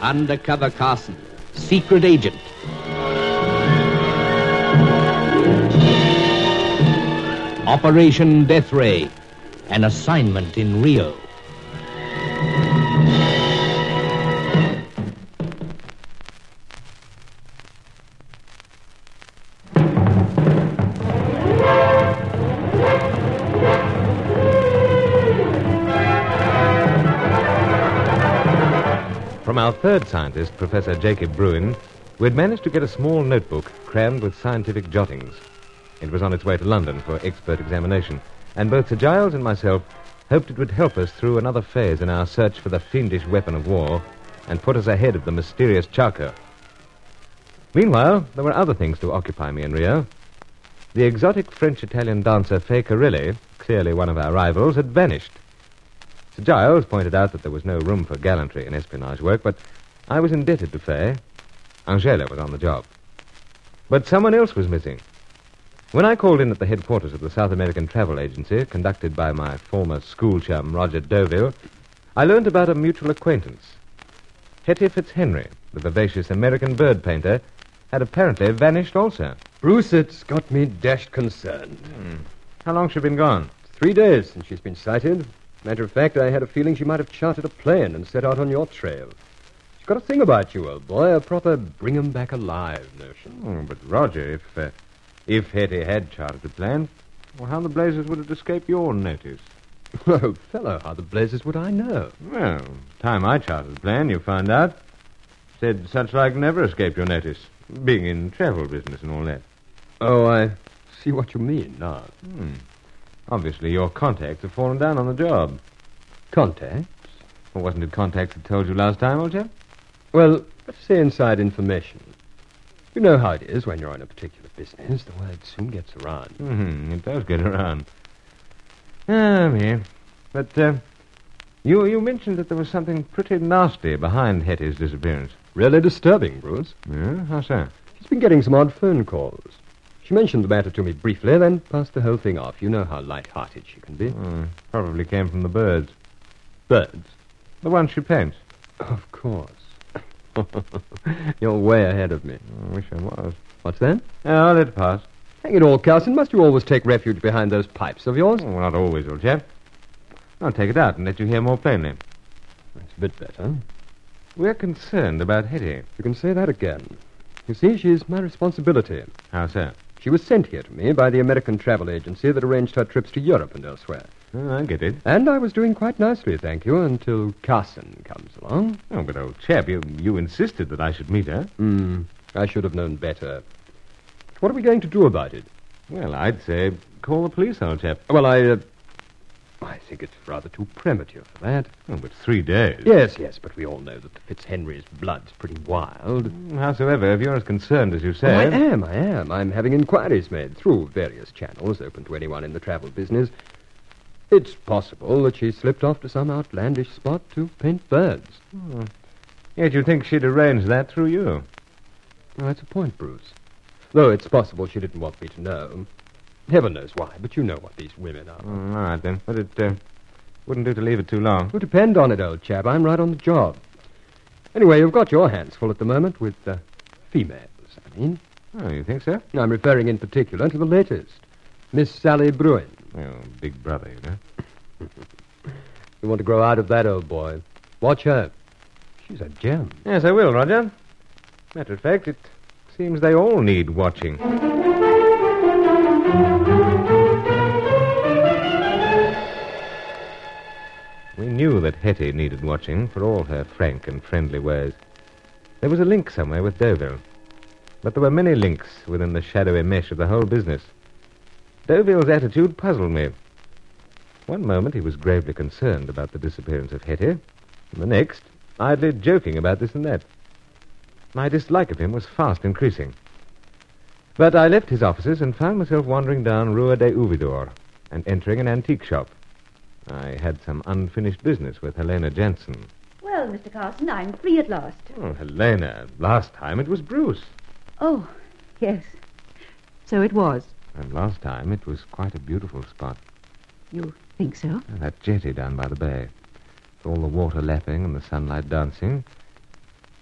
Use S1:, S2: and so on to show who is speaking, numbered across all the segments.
S1: Undercover Carson, secret agent. Operation Death Ray, an assignment in Rio.
S2: From our third scientist, Professor Jacob Bruin, we had managed to get a small notebook crammed with scientific jottings. It was on its way to London for expert examination, and both Sir Giles and myself hoped it would help us through another phase in our search for the fiendish weapon of war and put us ahead of the mysterious Charco. Meanwhile, there were other things to occupy me in Rio. The exotic French Italian dancer Fay Carilli, clearly one of our rivals, had vanished. Sir Giles pointed out that there was no room for gallantry in espionage work, but I was indebted to Fay. Angela was on the job. But someone else was missing. When I called in at the headquarters of the South American Travel Agency, conducted by my former school chum, Roger Deauville, I learned about a mutual acquaintance. Hetty Fitzhenry, the vivacious American bird painter, had apparently vanished also.
S3: Bruce, it's got me dashed concerned.
S2: How long she been gone?
S3: Three days since she's been sighted. Matter of fact, I had a feeling she might have chartered a plane and set out on your trail. She's got a thing about you, old boy, a proper bring 'em back alive notion.
S2: Oh, but Roger, if uh, if Hetty had charted a plan, well, how the blazes would it escape your notice?
S3: Oh, fellow, how the blazes would I know?
S2: Well, time I charted the plan, you found out. Said such like never escaped your notice, being in travel business and all that.
S3: Oh, I see what you mean now.
S2: Obviously, your contacts have fallen down on the job.
S3: Contact?
S2: Well, wasn't it contacts that told you last time, old chap?
S3: Well, let's say inside information. You know how it is when you're in a particular business. The word soon gets around.
S2: Mm-hmm. It does get around. Ah, me. But uh, you you mentioned that there was something pretty nasty behind Hetty's disappearance.
S3: Really disturbing, Bruce.
S2: Yeah? How so?
S3: She's been getting some odd phone calls. She mentioned the matter to me briefly, then passed the whole thing off. You know how light-hearted she can be.
S2: Hmm, probably came from the birds.
S3: Birds.
S2: The ones she paints.
S3: Of course. You're way ahead of me.
S2: I wish I was.
S3: What's that?
S2: Oh, I'll let it pass.
S3: Hang it all, Carson. Must you always take refuge behind those pipes of yours?
S2: Oh, well, not always, old chap. I'll take it out and let you hear more plainly.
S3: It's a bit better.
S2: We're concerned about Hetty.
S3: You can say that again. You see, she's my responsibility.
S2: How so?
S3: She was sent here to me by the American travel agency that arranged her trips to Europe and elsewhere.
S2: Oh, I get it.
S3: And I was doing quite nicely, thank you, until Carson comes along.
S2: Oh, but old chap, you, you insisted that I should meet her.
S3: Hmm. I should have known better. What are we going to do about it?
S2: Well, I'd say call the police, old chap.
S3: Well, I. Uh, I think it's rather too premature for that.
S2: Oh, but three days.
S3: Yes, yes, but we all know that the Fitzhenry's blood's pretty wild. eh?
S2: Howsoever, if you're as concerned as you say.
S3: Well, Mm. Oh, I am, I am. I'm having inquiries made through various channels open to anyone in the travel business. It's possible that she slipped off to some outlandish spot to paint birds.
S2: Yet you'd think she'd arrange that through you.
S3: Well, that's a point, Bruce. Though it's possible she didn't want me to know. Heaven knows why, but you know what these women are.
S2: Mm, all right, then. But it uh, wouldn't do to leave it too long.
S3: Well, depend on it, old chap. I'm right on the job. Anyway, you've got your hands full at the moment with uh, females, I mean.
S2: Oh, you think so?
S3: I'm referring in particular to the latest, Miss Sally Bruin.
S2: Well, big brother, you know.
S3: You want to grow out of that, old boy. Watch her. She's a gem.
S2: Yes, I will, Roger. Matter of fact, it seems they all need watching. We knew that Hetty needed watching for all her frank and friendly ways. There was a link somewhere with Deauville, but there were many links within the shadowy mesh of the whole business. Deauville's attitude puzzled me. One moment he was gravely concerned about the disappearance of Hetty, and the next, idly joking about this and that. My dislike of him was fast increasing. But I left his offices and found myself wandering down Rua de Uvidor and entering an antique shop. I had some unfinished business with Helena Jensen.
S4: Well, Mr. Carson, I'm free at last.
S2: Oh, Helena, last time it was Bruce,
S4: Oh, yes. So it was.
S2: and last time it was quite a beautiful spot.
S4: You think so?
S2: And That jetty down by the bay. With all the water lapping and the sunlight dancing.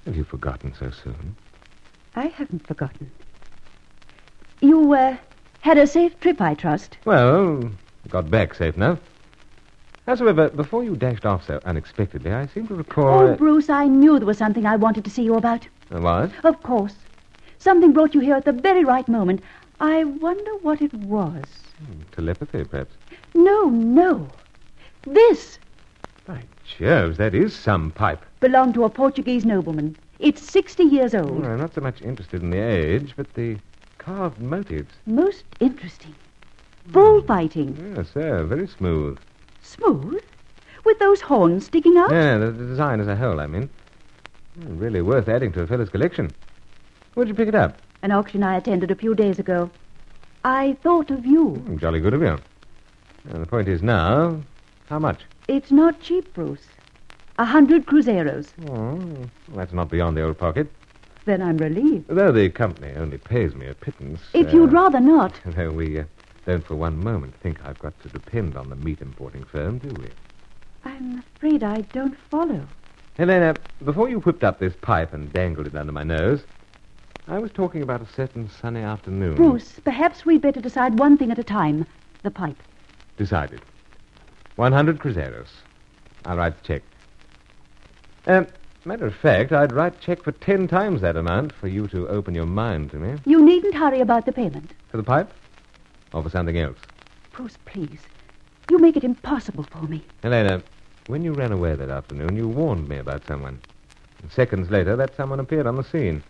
S2: Have you forgotten so soon?
S4: I haven't forgotten. You uh, had a safe trip, I trust.
S2: Well, got back safe enough. Howsoever, before you dashed off so unexpectedly, I seem to recall...
S4: Oh, Bruce, I knew there was something I wanted to see you about.
S2: uh, what?
S4: Of course. Something brought you here at the very right moment. I wonder what it was.
S2: Telepathy, perhaps.
S4: No, no. This
S2: By Jove, that is some pipe.
S4: belonged to a Portuguese nobleman. It's 60 years old.
S2: Well, I'm not so much interested in the age, but the carved motives.
S4: Most interesting. Bullfighting.
S2: Yes, sir, very smooth.
S4: Smooth. With those horns sticking out.
S2: Yeah, the, the design as a whole, I mean. Mm, Really worth adding to a fellow's collection. Where'd you pick it up?
S4: An auction I attended a few days ago. I thought of you.
S2: Mm, Jolly good of you. And the point is now, how much?
S4: It's not cheap, Bruce. A hundred cruzeiros.
S2: Oh, that's not beyond the old pocket.
S4: Then I'm relieved.
S2: Though the company only pays me a pittance.
S4: If
S2: uh,
S4: you'd rather not.
S2: Though we uh, don't for one moment think I've got to depend on the meat importing firm, do we?
S4: I'm afraid I don't follow.
S2: Helena, before you whipped up this pipe and dangled it under my nose, I was talking about a certain sunny afternoon.
S4: Bruce, perhaps we'd better decide one thing at a time. The pipe.
S2: Decided. 100 cruzeiros. I'll write the check. Um, matter of fact, I'd write check for ten times that amount for you to open your mind to me.
S4: You needn't hurry about the payment.
S2: For the pipe? Or for something else?
S4: Bruce, please. You make it impossible for me.
S2: Helena, when you ran away that afternoon, you warned me about someone. And seconds later, that someone appeared on the scene.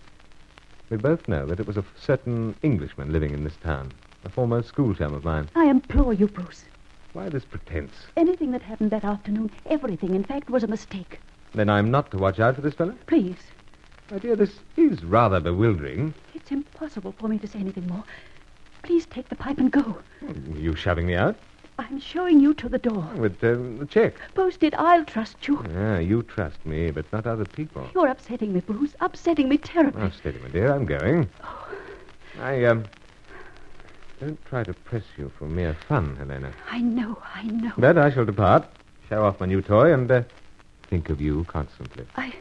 S2: We both know that it was a f- certain Englishman living in this town, a former school chum of mine.
S4: I implore you, Bruce.
S2: Why this pretense?
S4: Anything that happened that afternoon, everything, in fact, was a mistake.
S2: Then I'm not to watch out for this fellow?
S4: Please.
S2: My dear, this is rather bewildering.
S4: It's impossible for me to say anything more. Please take the pipe and go.
S2: You shoving me out
S4: I'm showing you to the door.
S2: with um, the check.
S4: Post it. I'll trust you.
S2: Ah, you trust me, but not other people.
S4: You're upsetting me, Bruce. Upsetting me terribly.
S2: Oh, steady, my dear. I'm going. I, um, don't try to press you for mere fun, Helena.
S4: I know, I know.
S2: But I shall depart, show off my new toy, and uh, think of you constantly.
S4: I,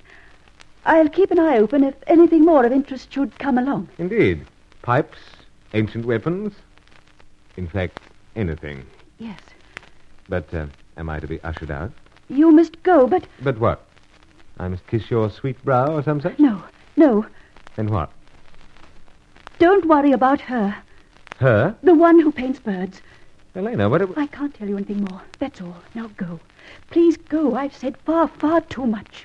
S4: I'll keep an eye open if anything more of interest should come along.
S2: Indeed. Pipes, ancient weapons. In fact, anything.
S4: Yes.
S2: But uh, am I to be ushered out?
S4: You must go, but
S2: But what? I must kiss your sweet brow or some such?
S4: no, no.
S2: Then what?
S4: Don't worry about her.
S2: Her?
S4: The one who paints birds.
S2: Helena, what...
S4: I can't tell you anything more. That's all. Now go. Please go. I've said far, far too much.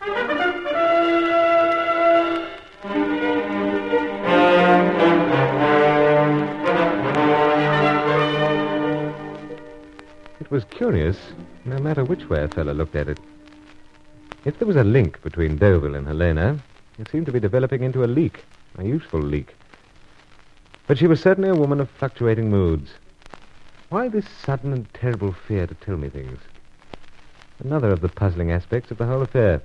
S2: It was curious, no matter which way a fellow looked at it. If there was a link between Deauville and Helena, it seemed to be developing into a leak, a useful leak. But she was certainly a woman of fluctuating moods. Why this sudden and terrible fear to tell me things? Another of the puzzling aspects of the whole affair.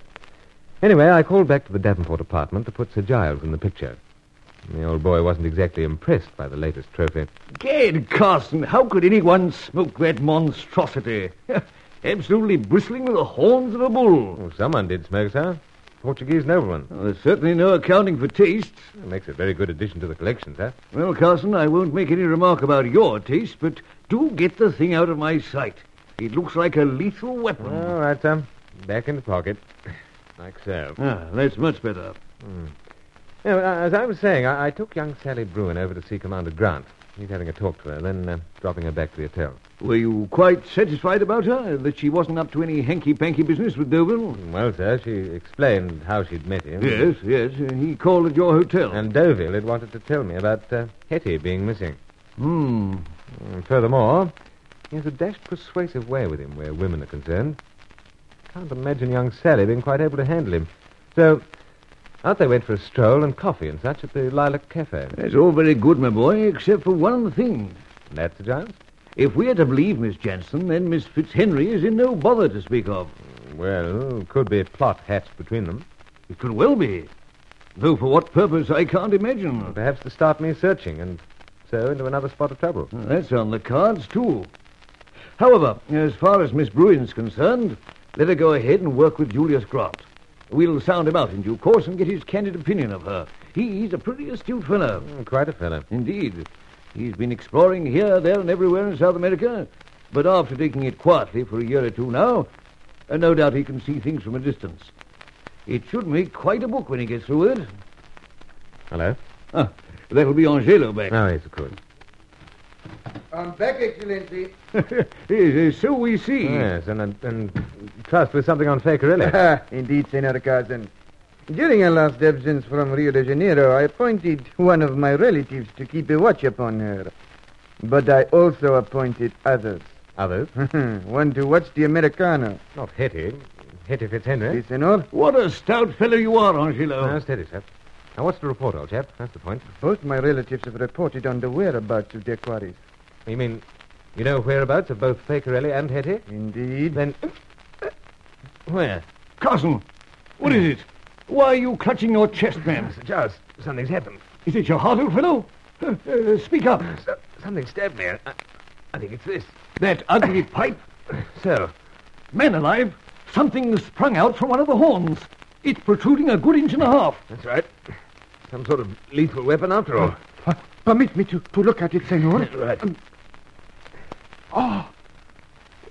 S2: Anyway, I called back to the Davenport apartment to put Sir Giles in the picture. The old boy wasn't exactly impressed by the latest trophy.
S5: Gad, Carson, how could anyone smoke that monstrosity? Absolutely bristling with the horns of a bull. Oh,
S2: Oh, someone did smoke, sir. Portuguese nobleman.
S5: Well, there's certainly no accounting for taste.
S2: That makes a very good addition to the collection, sir.
S5: Well, Carson, I won't make any remark about your taste, but do get the thing out of my sight. It looks like a lethal weapon.
S2: All right, sir. Back in the pocket. Like so.
S5: Ah, that's much better.
S2: Yeah, well, as I was saying, I, I took young Sally Bruin over to see Commander Grant. He's having a talk to her, then uh, dropping her back to the hotel.
S5: Were you quite satisfied about her, that she wasn't up to any hanky-panky business with Deauville?
S2: Well, sir, she explained how she'd met him.
S5: Yes, yes. uh, He called at your hotel.
S2: And Deauville had wanted to tell me about uh, Hetty being missing.
S5: Hmm.
S2: And furthermore, he has a dashed persuasive way with him where women are concerned. Can't imagine young Sally being quite able to handle him. So, out they went for a stroll and coffee and such at the Lilac Cafe.
S5: That's all very good, my boy, except for one thing.
S2: And that's the Giles?
S5: If we are to believe Miss Jansen, then Miss Fitzhenry is in no bother to speak of.
S2: Well, could be a plot hatched between them.
S5: It could well be. Though for what purpose, I can't imagine.
S2: Perhaps to start me searching and so into another spot of trouble.
S5: That's on the cards, too. However, as far as Miss Bruin's concerned, let her go ahead and work with Julius Grant. We'll sound him out in due course and get his candid opinion of her. He's a pretty astute fellow.
S2: Mm, Quite a fellow.
S5: Indeed. He's been exploring here, there, and everywhere in South America. But after taking it quietly for a year or two now, uh, no doubt he can see things from a distance. It should make quite a book when he gets through with it.
S2: Hello?
S5: Ah, that'll be Angelo back.
S2: Oh, yes, of course.
S6: I'm back, Excellency.
S5: Yes, Uh, so we see.
S2: Yes, and, and, and trust with something on Fakerelli.
S6: Ah, Indeed, Senor Carson. During our last absence from Rio de Janeiro, I appointed one of my relatives to keep a watch upon her. But I also appointed others.
S7: Ah,
S6: Hmm,
S2: Others?
S6: one to watch the Americano.
S2: Not Hetty. Hetty Fitzhenry. Oh.
S6: See, Senor?
S5: What a stout fellow you are, Angelo.
S2: No, steady, chap. Now, what's the report, old chap? That's the point.
S6: Both my relatives have reported on the whereabouts of their quarries.
S2: You mean you know whereabouts of both Fakerelli and Hetty?
S6: Indeed.
S2: Then. uh, Where?
S5: Cousin, what is it? Why are you clutching your chest, man?
S2: Giles, something's happened.
S5: Is it your heart, old fellow? Uh, uh, speak up.
S2: something stabbed me. I, I think it's this.
S5: That ugly pipe.
S2: So,
S5: Man alive, something sprung out from one of the horns. It's protruding a good inch and a half.
S2: that's right. Some sort of lethal weapon after all.
S7: Permit me to, to look at it, senor.
S2: Right.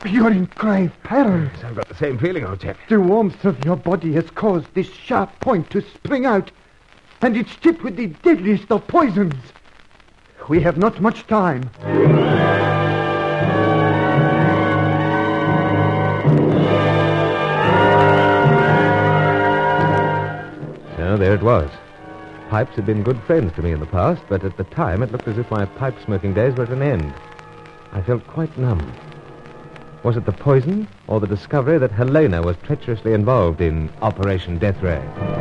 S7: You're in grave peril.
S2: So I've got the same feeling, old chap.
S7: The warmth of your body has caused this sharp point to spring out, and it's tipped with the deadliest of poisons. We have not much time.
S2: So there it was. Pipes had been good friends to me in the past, but at the time it looked as if my pipe smoking days were at an end. I felt quite numb. Was it the poison or the discovery that Helena was treacherously involved in Operation Death Ray?